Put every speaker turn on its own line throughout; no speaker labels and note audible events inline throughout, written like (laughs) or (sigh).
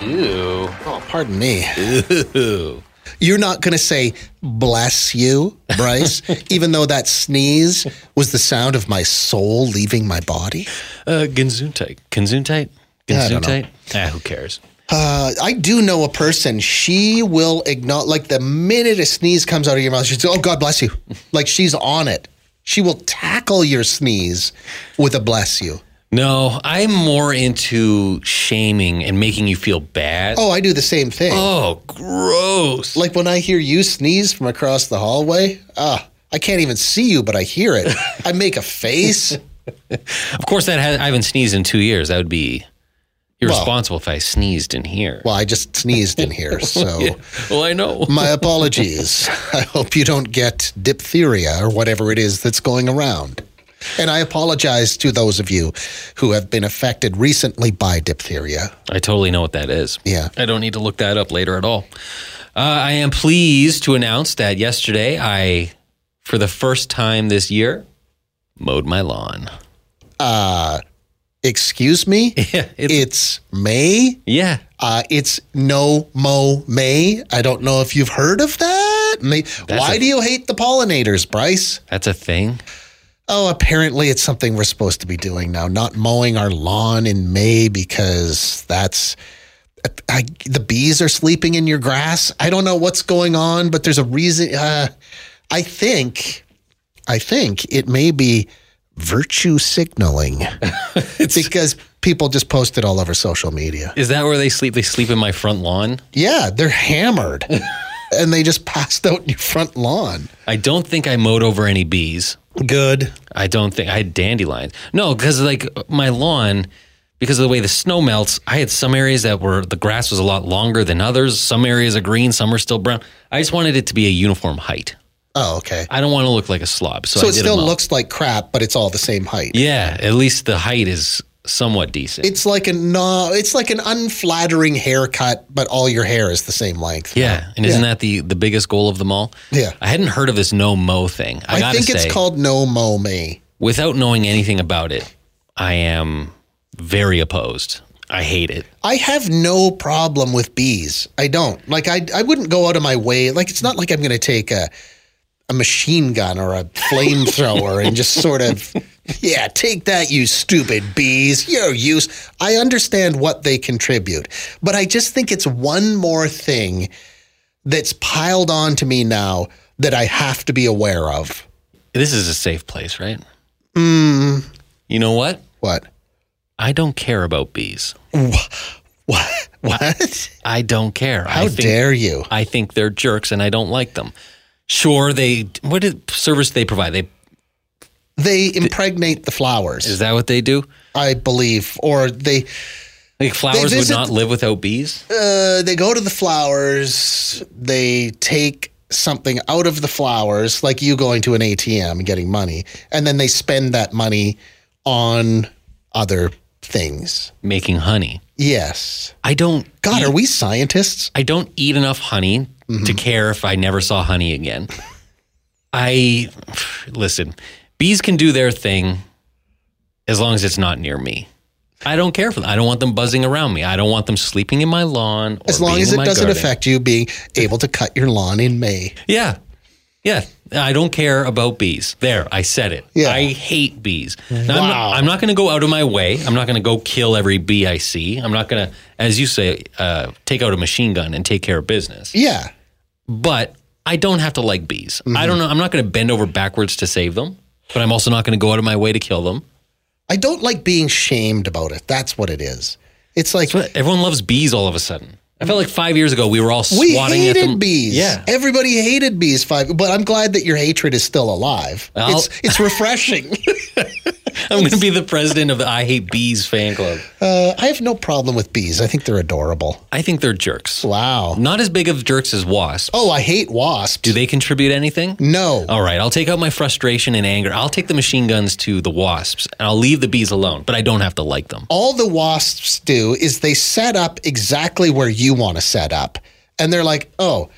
Ew.
Oh, pardon me.
Ew.
You're not going to say bless you, Bryce, even though that sneeze was the sound of my soul leaving my body.
Uh, Ginzuntite. Ginzuntite?
Yeah, I don't know.
Ginzuntite? Ah, who cares?
Uh, I do know a person. She will acknowledge, like the minute a sneeze comes out of your mouth, she's oh God bless you, like she's on it. She will tackle your sneeze with a bless you.
No, I'm more into shaming and making you feel bad.
Oh, I do the same thing.
Oh, gross.
Like when I hear you sneeze from across the hallway, ah, I can't even see you, but I hear it. I make a face.
Of course, that has, I haven't sneezed in two years. That would be irresponsible if I sneezed in here.
Well, I just sneezed in here, so
well I know.
my apologies. (laughs) I hope you don't get diphtheria or whatever it is that's going around. And I apologize to those of you who have been affected recently by diphtheria.
I totally know what that is.
Yeah.
I don't need to look that up later at all. Uh, I am pleased to announce that yesterday I, for the first time this year, mowed my lawn.
Excuse me?
(laughs) Yeah, it's-
it's May?
Yeah.
Uh, it's no mo May. I don't know if you've heard of that. May- Why
a-
do you hate the pollinators, Bryce?
That's a thing.
Oh, apparently it's something we're supposed to be doing now, not mowing our lawn in May because that's. I, the bees are sleeping in your grass. I don't know what's going on, but there's a reason. Uh, I think, I think it may be virtue
(laughs)
signaling because people just post it all over social media.
Is that where they sleep? They sleep in my front lawn?
Yeah, they're
(laughs)
hammered. and they just passed out in your front lawn.
I don't think I mowed over any bees.
Good.
I don't think I had dandelions. No, because like my lawn, because of the way the snow melts, I had some areas that were the grass was a lot longer than others. Some areas are green, some are still brown. I just wanted it to be a uniform height.
Oh, okay.
I don't want to look like a slob. So,
So
I
it
did
still
them up.
looks like crap, but it's all the same height.
Yeah, at least the height is somewhat decent.
It's like a no, it's like an unflattering haircut, but all your hair is the same length.
yeah, and isn't that the the biggest goal of them all?
Yeah.
I hadn't heard of this no mo thing. I,
I,
gotta
think
say,
it's called no mo me.
without knowing anything about it, I am very opposed. I hate it.
I have no problem with bees. I don't. Like I I wouldn't go out of my way. Like it's not like I'm going to take a a machine gun or a flamethrower and just sort of (laughs) yeah, take that you stupid bees. You're use. I understand what they contribute, but I just think it's one more thing that's piled on to me now that I have to be aware of.
This is a safe place, right? Mm.
Mm.
You know what?
What? (laughs)
I don't care about bees.
What? What?
I don't care.
How
I think,
dare you?
I think they're jerks and I don't like them. Sure, they what did service they provide? They
They impregnate the flowers.
is that what they do?
I believe, or they
Like flowers
visit-
would not live without bees.
uh, they go to the flowers. They take something out of the flowers, like you going to an ATM and getting money, and then they spend that money on other things.
Making honey.
Yes.
I don't
God,
eat,
are we scientists?
I don't eat enough honey to care if I never saw honey again. I listen, bees can do their thing as long as it's not near me. I don't care for them. I don't want them buzzing around me. I don't want them sleeping in my lawn. Or
As long
being
as
in
it
my
doesn't
garden.
affect you being able to cut your lawn in May.
Yeah. Yeah. I don't care about bees. There, I said it.
Yeah.
I hate bees. Now, I'm
Wow.
not, I'm not going to go out of my way. I'm not going to go kill every bee I see. I'm not going to, as you say, uh, take out a machine gun and take care of business.
Yeah.
But I don't have to like bees. I
Mm-hmm.
don't know. I'm not going to bend over backwards to save them, but I'm also not going to go out of my way to kill them.
I don't like being shamed about it. That's what it is. It's like
But everyone loves bees all of a sudden. I felt like five years ago we were all
we
swatting
hated
at them.
bees.
Yeah. (laughs)
Everybody hated bees five, but I'm glad that your hatred is still alive.
I'll-
it's
(laughs)
it's refreshing.
I'm going to be the president of the I Hate Bees fan club.
uh, I have no problem with bees. I think they're adorable.
I think they're jerks.
Wow.
Not as big of jerks as wasps.
Oh, I hate wasps.
Do they contribute anything?
no.
All right, I'll take out my frustration and anger. I'll take the machine guns to the wasps and I'll leave the bees alone, but I don't have to like them.
all the wasps do is they set up exactly where you want to set up. And they're like, oh,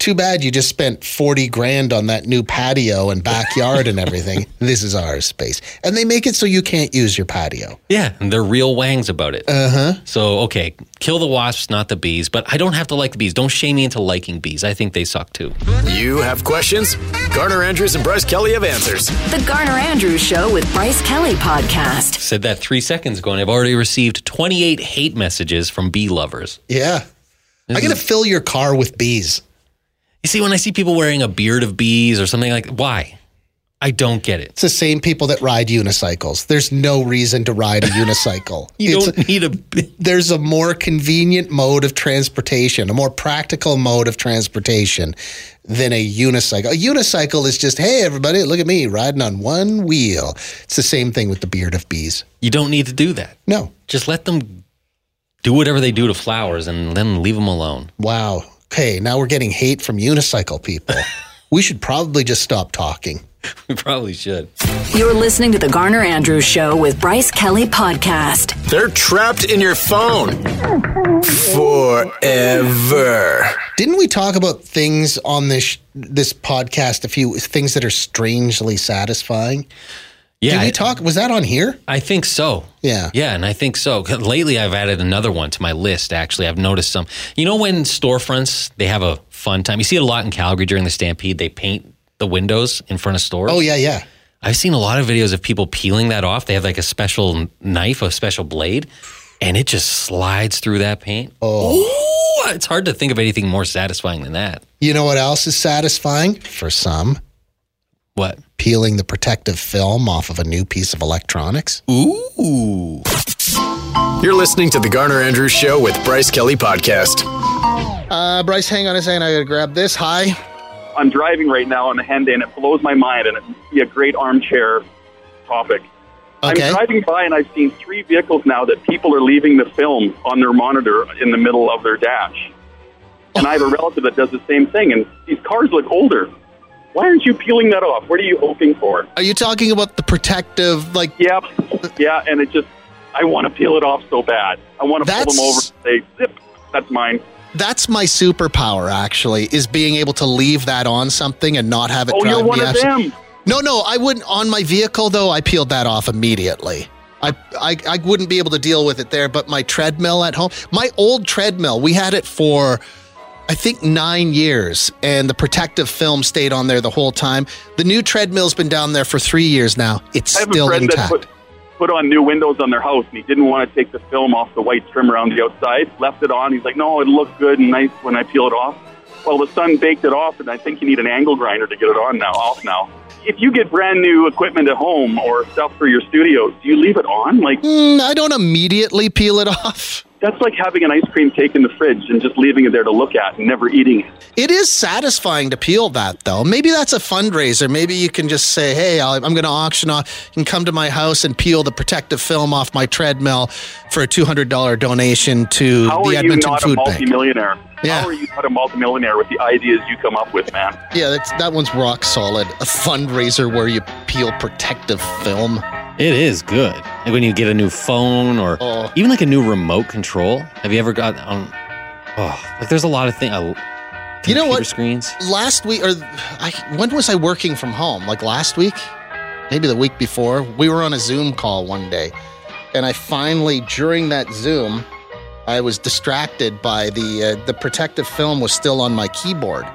too bad you just spent 40 grand on that new patio and backyard and
(laughs)
everything. This is our space. And they make it so you can't use your patio.
Yeah, and they're real wangs about it. Uh
Uh-huh.
huh. So, okay, kill the wasps, not the bees, but I don't have to like the bees. Don't shame me into liking bees. I think they suck too.
You have questions? Garner Andrews and Bryce Kelly have answers.
The Garner Andrews Show with Bryce Kelly Podcast.
Said that three seconds ago, and I've already received 28 hate messages from bee lovers.
Yeah. I got to fill your car with bees.
You see, when I see people wearing a beard of bees or something like why? I don't get it.
It's the same people that ride unicycles. There's no reason to
(laughs)
ride a unicycle.
You
It's-
don't need a
there's a more convenient mode of transportation, a more practical mode of transportation than a unicycle. A unicycle is just, hey, everybody, look at me riding on one wheel. It's the same thing with the beard of bees.
you don't need to do that.
No.
Just let them do whatever they do to flowers and then leave them alone. (laughs)
Wow. Okay, now we're getting hate from unicycle
(laughs)
people. we should probably just stop talking.
We probably should.
You're listening to The Garner Andrews Show with Bryce Kelly Podcast.
They're trapped in your phone forever.
Didn't we talk about things on this this podcast a few things that are strangely satisfying?
Yeah.
Did
I,
we talk was that on here?
I think so.
Yeah.
Yeah, and I think so. 'Cause Lately I've added another one to my list actually. I've noticed some. You know when storefronts, they have a fun time. You see it a lot in Calgary during the stampede, they paint the windows in front of stores.
Oh yeah, yeah.
I've seen a lot of videos of people peeling that off. They have like a special knife, a special blade, and it just slides through that paint. Oh. it's hard to think of anything more satisfying than that.
You know what else is satisfying for some?
What?
peeling the protective film off of a new piece of electronics.
Ooh.
You're listening to The Garner Andrews Show with Bryce Kelly Podcast.
Uh, Bryce, hang on a second. I gotta grab this. Hi.
I'm driving right now on the Hyundai, and it blows my mind, and it'd be a great armchair topic.
Okay.
I'm driving by, and I've seen three vehicles now that people are leaving the film on their monitor in the middle of their dash. And I
(laughs)
have a relative that does the same thing, and these cars look older. Why aren't you peeling that off? What are you hoping for?
Are you talking about the protective, like?
Yep, yeah, and it just, I want to peel it off so bad. I want to pull
That's-
them over and say, zip, that's mine.
That's my superpower, actually, is being able to leave that on something and not have it.
Oh,
drive
you're
me
one of
abs-
them.
No, no, I wouldn't. On my vehicle, though, I peeled that off immediately. I, I, I wouldn't be able to deal with it there, but my treadmill at home, my old treadmill, we had it for, I think, nine years, and the protective film stayed on there the whole time. The new treadmill's been down there for three years now. It's
I have
still
a friend
intact.
that put, put on new windows on their house, and he didn't want to take the film off the white trim around the outside. Left it on. He's like, "No, it looked good and nice when I peel it off." Well, the sun baked it off, and I think you need an angle grinder to get it on now, off now. If you get brand new equipment at home or stuff for your studio, do you leave it on? Like
Mm, I don't immediately peel it (laughs) off.
that's like having an ice cream cake in the fridge and just leaving it there to look at and never eating it.
It is satisfying to peel that, though. Maybe that's a fundraiser. Maybe you can just say, "Hey, I'll, I'm going to auction off. You can come to my house and peel the protective film off my treadmill for a two hundred dollar donation to
How
the
are you
Edmonton
not a
Food Bank."
multimillionaire?
Yeah.
How are you not a multimillionaire with the ideas you come up with, man?
Yeah, that's, that one's rock solid. A fundraiser where you peel protective film.
It is good. Like when you get a new phone or
Oh.
even like a new remote control. Have you ever got on? Oh, like there's a lot of things. Uh,
You know
computer
what?
Screens.
Last week, or I, when was I working from home? Like last week, maybe the week before. We were on a Zoom call one day, and I finally, during that Zoom, I was distracted by the uh, the protective film was still on my keyboard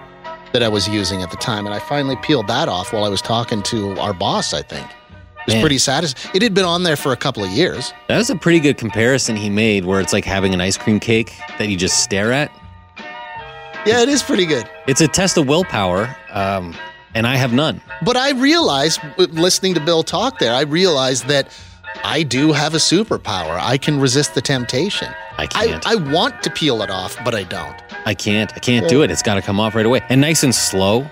that I was using at the time, and I finally peeled that off while I was talking to our boss. I think it was
Man.
pretty satisfying. It had been on there for a couple of years.
That was a pretty good comparison he made, where it's like having an ice cream cake that you just stare at.
Yeah, it is pretty good.
It's a test of willpower, um, and I have none.
But I realized, w- listening to Bill talk there, I realized that I do have a superpower. I can resist the temptation.
I
I,
can't.
I want to peel it off, but I don't.
I can't. I can't do it. It's got to come off right away. And nice and slow.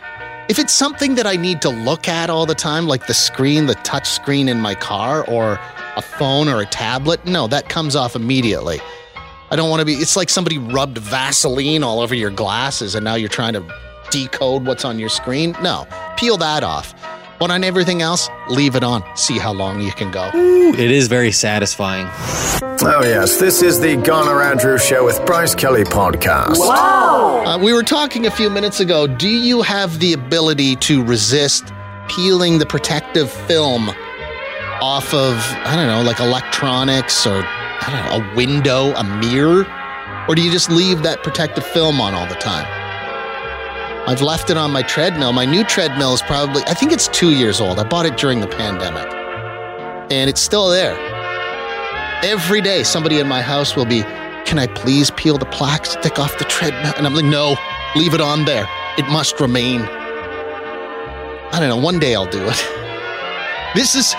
If it's something that I need to look at all the time, like the screen, the touch screen in my car, or a phone or a tablet, no, that comes off immediately. I don't want to be, it's like somebody rubbed Vaseline all over your glasses and now you're trying to decode what's on your screen. No, peel that off. But on everything else, leave it on. See how long you can go.
Ooh, it is very satisfying.
Oh, yes. This is the Garner Andrews Show with Bryce Kelly podcast.
Uh, we were talking a few minutes ago. Do you have the ability to resist peeling the protective film off of, I don't know, like electronics or I don't know, a window, a mirror? Or do you just leave that protective film on all the time? I've left it on my treadmill. My new treadmill is probably, I think it's two years old. I bought it during the pandemic, and it's still there. Every day, somebody in my house will be, Can I please peel the plastic off the treadmill? And I'm like, No, leave it on there. It must remain. I don't know. One day I'll do it. (laughs) This is.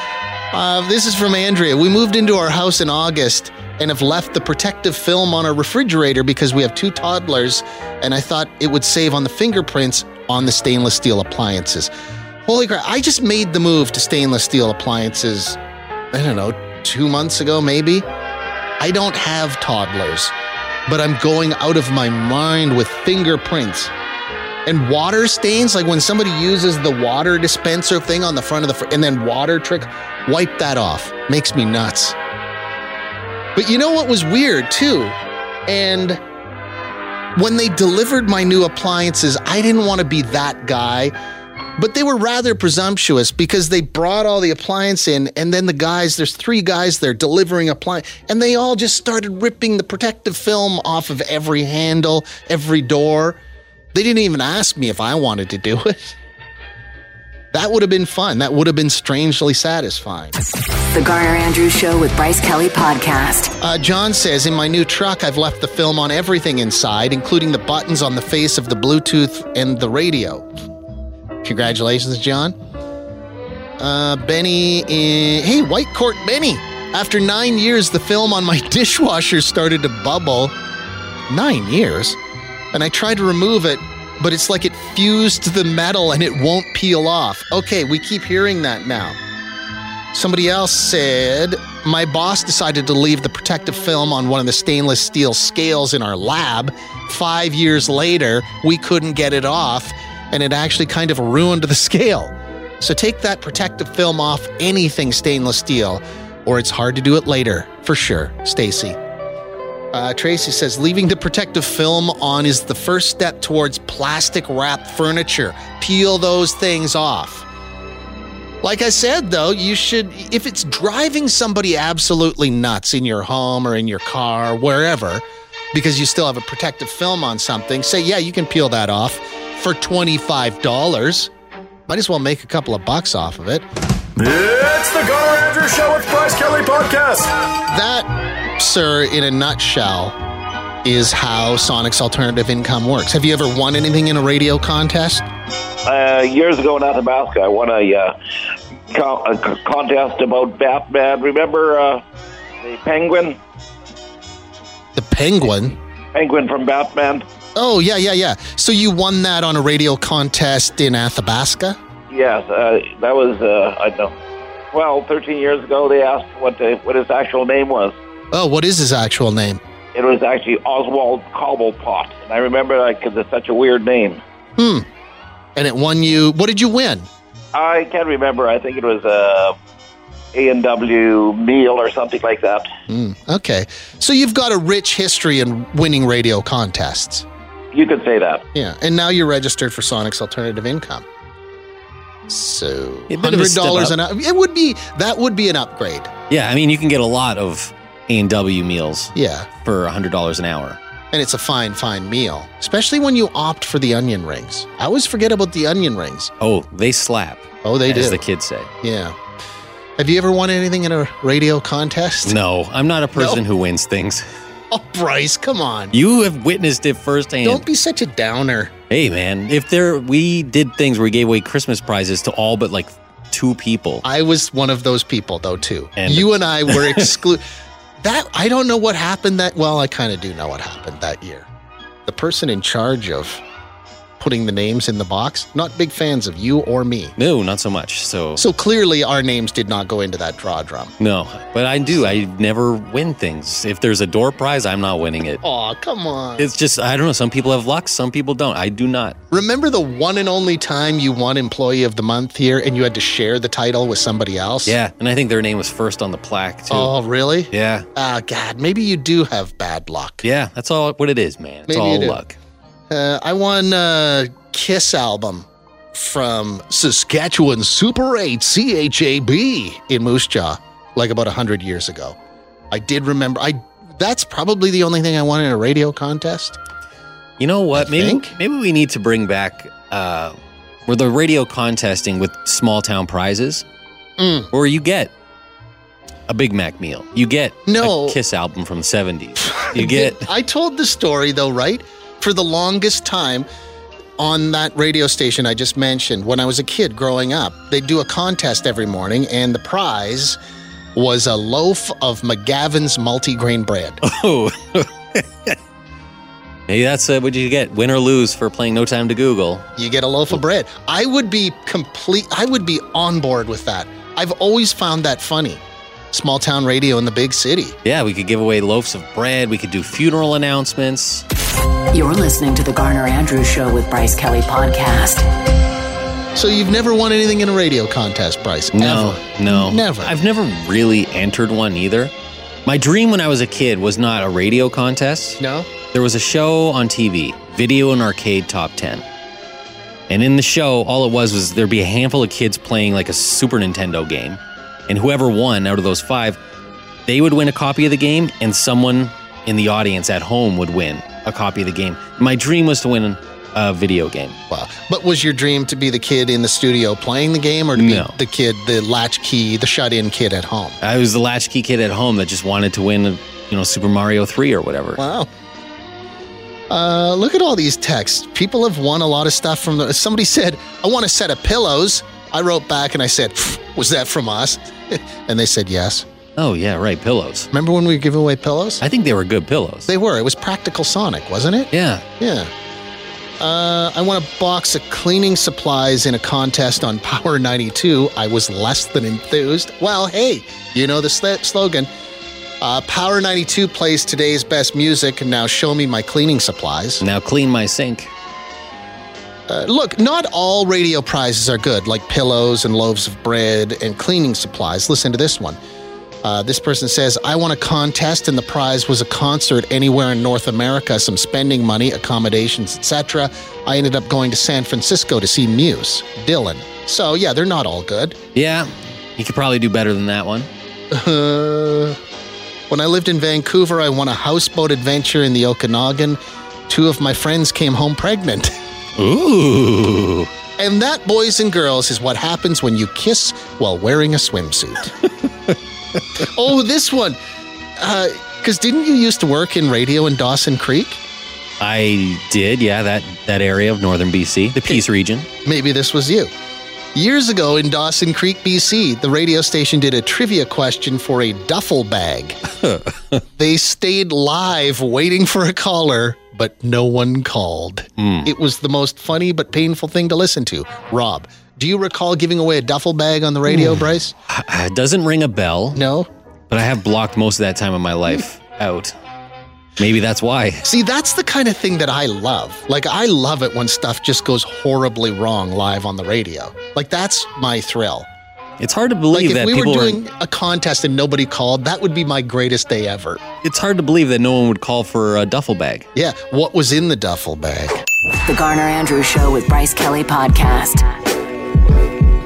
Uh, this is from Andrea. We moved into our house in August and have left the protective film on our refrigerator because we have two toddlers, and I thought it would save on the fingerprints on the stainless steel appliances. Holy crap, I just made the move to stainless steel appliances I don't know, two months ago, maybe. I don't have toddlers, but I'm going out of my mind with fingerprints and water stains. Like when somebody uses the water dispenser thing on the front of the, fr- and then water trick, wipe that off. Makes me nuts. But you know what was weird too? And when they delivered my new appliances, I didn't want to be that guy. But they were rather presumptuous because they brought all the appliance in, and then the guys, there's three guys there delivering appliance, and they all just started ripping the protective film off of every handle, every door. They didn't even ask me if I wanted to do it. That would have been fun. That would have been strangely satisfying.
The Garner Andrews Show with Bryce Kelly Podcast.
Uh, John says, in my new truck, I've left the film on everything inside, including the buttons on the face of the Bluetooth and the radio. Congratulations, John. Uh, Benny, in, hey, White Court Benny. After nine years, the film on my (laughs) dishwasher started to bubble. Nine years? And I tried to remove it, but it's like it fused to the metal and it won't peel off. Okay, we keep hearing that now. Somebody else said, My boss decided to leave the protective film on one of the stainless steel scales in our lab. Five years later, we couldn't get it off, and it actually kind of ruined the scale. So take that protective film off anything stainless steel, or it's hard to do it later, for sure, Stacy. Uh, Tracy says, leaving the protective film on is the first step towards plastic wrap furniture. Peel those things off. Like I said, though, you should, if it's driving somebody absolutely nuts in your home or in your car, wherever, because you still have a protective film on something, say, yeah, you can peel that off for $25. Might as well make a couple of bucks off of it.
It's the Garner Andrews Show with Bryce Kelly podcast.
That, sir, in a nutshell, is how Sonic's alternative income works. Have you ever won anything in a radio contest?
uh, years ago in Athabasca, I won a, uh, co- a c- contest about Batman. Remember uh, the penguin?
The Penguin.
Penguin from Batman?
Oh, yeah, yeah, yeah. So you won that on a radio contest in Athabasca?
Yes, uh, that was, uh, I don't know, 12, 13 years ago. They asked what, the, what his actual name was.
Oh, what is his actual name?
It was actually Oswald Cobblepot. And I remember that because it's such a weird name.
Hmm. And it won you. What did you win?
I can't remember. I think it was uh, A&W meal or something like that.
Hmm. Okay. So you've got a rich history in winning radio contests.
You could say that.
Yeah. And now you're registered for Sonic's alternative income. So
A bit of a
hundred
step
dollars
up.
an hour. It would be that would be an upgrade.
Yeah, I mean, you can get a lot of A&W meals
Yeah.
for $100 an hour.
And it's a fine, fine meal. Especially when you opt for the onion rings. I always forget about the onion rings.
Oh, they slap,
Oh, they
as
do.
the kids say.
yeah. Have you ever won anything in a radio contest?
No, I'm not a person who wins things.
(laughs) Oh, Bryce, come on.
You have witnessed it firsthand.
Don't be such a downer.
Hey man, if there we did things where we gave away Christmas prizes to all but like
two people.
I was one of those people though too.
And-
you and I
(laughs)
were excluded. that I don't know what happened that well, I kind of do know what happened that year. The person in charge of putting the names in the box, not big fans of you or me.
No, not so much. So,
So clearly our names did not go into that draw drum.
no, but I do. I never win things. If there's a door prize, I'm not winning it.
Aw, come on.
It's just I don't know. Some people have luck. Some people don't. I do not.
Remember the one and only time you won employee of the month here and you had to share the title with somebody else?
Yeah, and I think their name was first on the plaque too.
Oh, really?
Yeah,
Ah, God, maybe you do have bad luck.
yeah. That's all what it is, man. It's
Maybe you
all
do.
luck.
Uh, I won a Kiss album from Saskatchewan Super 8 CHAB in Moose Jaw, like about 100 years ago. I did remember, I that's probably the only thing I won in a radio contest.
You know what?
I
maybe
think.
maybe we need to bring back uh, where the radio contesting with small town prizes,
Mm.
where you get a Big Mac meal, you get
No.
a Kiss album from the
(laughs)
seventies, you get
I told the story though, right? For the longest time on that radio station I just mentioned, when I was a kid growing up, they'd do a contest every morning, and the prize was a loaf of McGavin's multigrain bread.
(laughs) oh. Maybe that's uh, what you get. Win or lose for playing No Time to Google.
you get a loaf of bread. I would be complete. I would be on board with that. I've always found that funny. Small town radio in the big city.
Yeah, we could give away loaves of bread. We could do funeral announcements.
You're listening to The Garner Andrews Show with Bryce Kelly Podcast.
So you've never won anything in a radio contest, Bryce?
No,
ever.
no,
never.
I've never really entered one either. My dream when I was a kid was not a radio contest.
no.
There was a show on TV, Video and Arcade Top 10. And in the show, all it was was there'd be a handful of kids playing like a Super Nintendo game. And whoever won out of those five, they would win a copy of the game, and someone in the audience at home would win a copy of the game. My dream was to win a video game.
Wow. But was your dream to be the kid in the studio playing the game, or to
No.
be the kid, the latchkey, the shut-in kid at home?
I was the latchkey kid at home that just wanted to win, you know, Super Mario 3 or whatever.
Wow. Uh, look at all these texts. People have won a lot of stuff from the. Somebody said, I want a set of pillows. I wrote back and I said, "Pfft, Was that from us? (laughs) and they said, Yes.
Oh, yeah, right, pillows.
Remember when we were giving away pillows?
I think they were good pillows.
They were. It was Practical Sonic, wasn't it?
yeah.
Yeah. Uh, I won a box of cleaning supplies in a contest on Power 92. I was less than enthused. Well, hey, you know the sl- slogan. Uh, Power 92 plays today's best music, and now show me my cleaning supplies.
Now clean my sink.
Uh, look, not all radio prizes are good, like pillows and loaves of bread and cleaning supplies. Listen to this one. Uh, this person says, I won a contest and the prize was a concert anywhere in North America, some spending money, accommodations, etc. I ended up going to San Francisco to see Muse, Dylan. So, yeah, they're not all good.
Yeah, you could probably do better than that one.
Uh, when I lived in Vancouver, I won a houseboat adventure in the Okanagan. Two of my friends came home pregnant.
Ooh.
And that, boys and girls, is what happens when you kiss while wearing a swimsuit. oh, this one. Because didn't you used to work in radio in Dawson Creek?
I did, yeah, that, that area of northern BC, the Peace region.
Maybe this was you. Years ago in Dawson Creek, BC, the radio station did a trivia question for a duffel bag. they stayed live waiting for a caller, but no one called. It was the most funny but painful thing to listen to. Rob, do you recall giving away a duffel bag on the radio, Bryce?
Uh, It doesn't ring a bell,
No?
but I have blocked most of that time of
(laughs)
my life out. Maybe that's why.
See, that's the kind of thing that I love. Like, I love it when stuff just goes horribly wrong live on the radio. Like, that's my thrill.
It's hard to
Like,
believe
if
that
we were
people
doing a contest and nobody called, that would be my greatest day ever.
It's hard to believe that no one would call for a duffel bag.
Yeah. What was in the duffel bag?
The Garner Andrews Show with Bryce Kelly Podcast.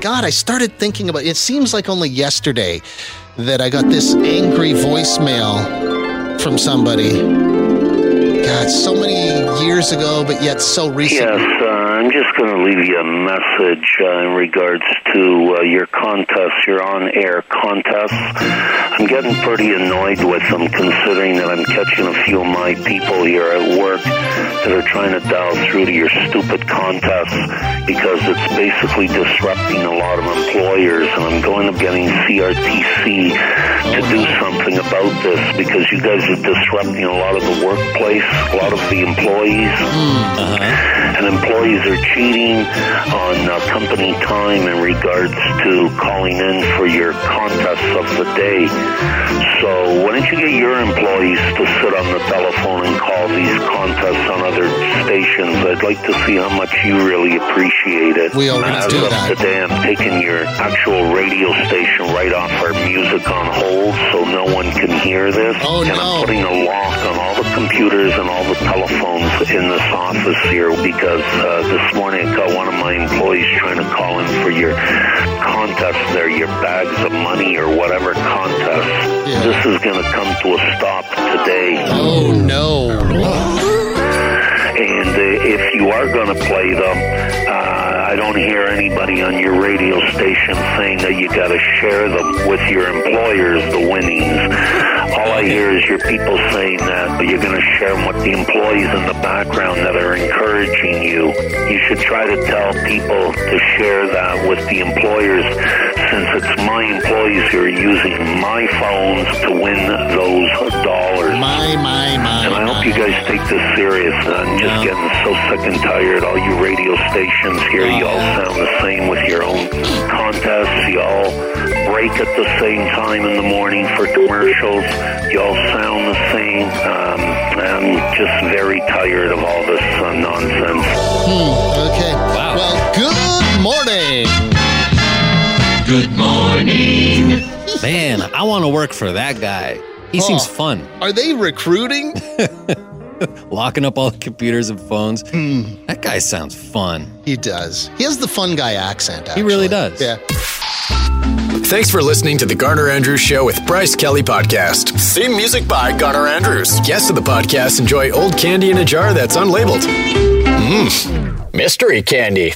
God, I started thinking about it. Seems like only yesterday that I got this angry voicemail from somebody. God, so many years ago, but yet so recent.
Yes, uh, I'm just going to leave you a message uh, in regards to uh, your contests, your on air contests. I'm getting pretty annoyed with them considering that I'm catching a few of my people here at work that are trying to dial through to your stupid contests because it's basically disrupting a lot of employers. And I'm going to be getting CRTC to do something about this because you guys are disrupting a lot of the workplace, a lot of the employees and employees are cheating on uh, company time in regards to calling in for your contests of the day. So why don't you get your employees to sit on the telephone and call these contests on other stations? I'd like to see how much you really appreciate it.
We already
As
do
of
that.
Today, I'm taking your actual radio station right off our music on hold, so no one can hear this.
Oh,
and
no.
I'm putting a lock on all the computers and all the telephones in this office here because uh, this morning I got one of my employees trying to call in for your contest there, your bags of money or whatever contest. This is going to come to a stop today.
Oh no.
And uh, if you are going to play them, uh, I don't hear anybody on your radio station saying that you got to share them with your employers, the winnings. All I hear is your people saying that, but you're going to share them with the employees in the background that are encouraging you. You should try to tell people to share that with the employers since it's my employees who are using my phones to win those dollars.
My, my, my.
And I hope
my.
you guys take this serious. I'm just getting so sick and tired. All you radio stations here, you all sound the same with your own contests. You all break at the same time in the morning for commercials. You all sound the same. Um, I'm just very tired of all this uh, nonsense.
Okay. Well, good morning.
Man, I want to work for that guy. He seems
Oh.
fun.
Are they recruiting?
Locking up all the computers and phones.
Hmm.
That guy sounds fun.
he does. He has the fun guy accent.
He
Actually.
really does.
Yeah.
Thanks for listening to the Garner Andrews Show with Bryce Kelly Podcast. Theme music by Garner Andrews. Guests of the podcast enjoy old candy in a jar that's unlabeled. Mmm, mystery candy.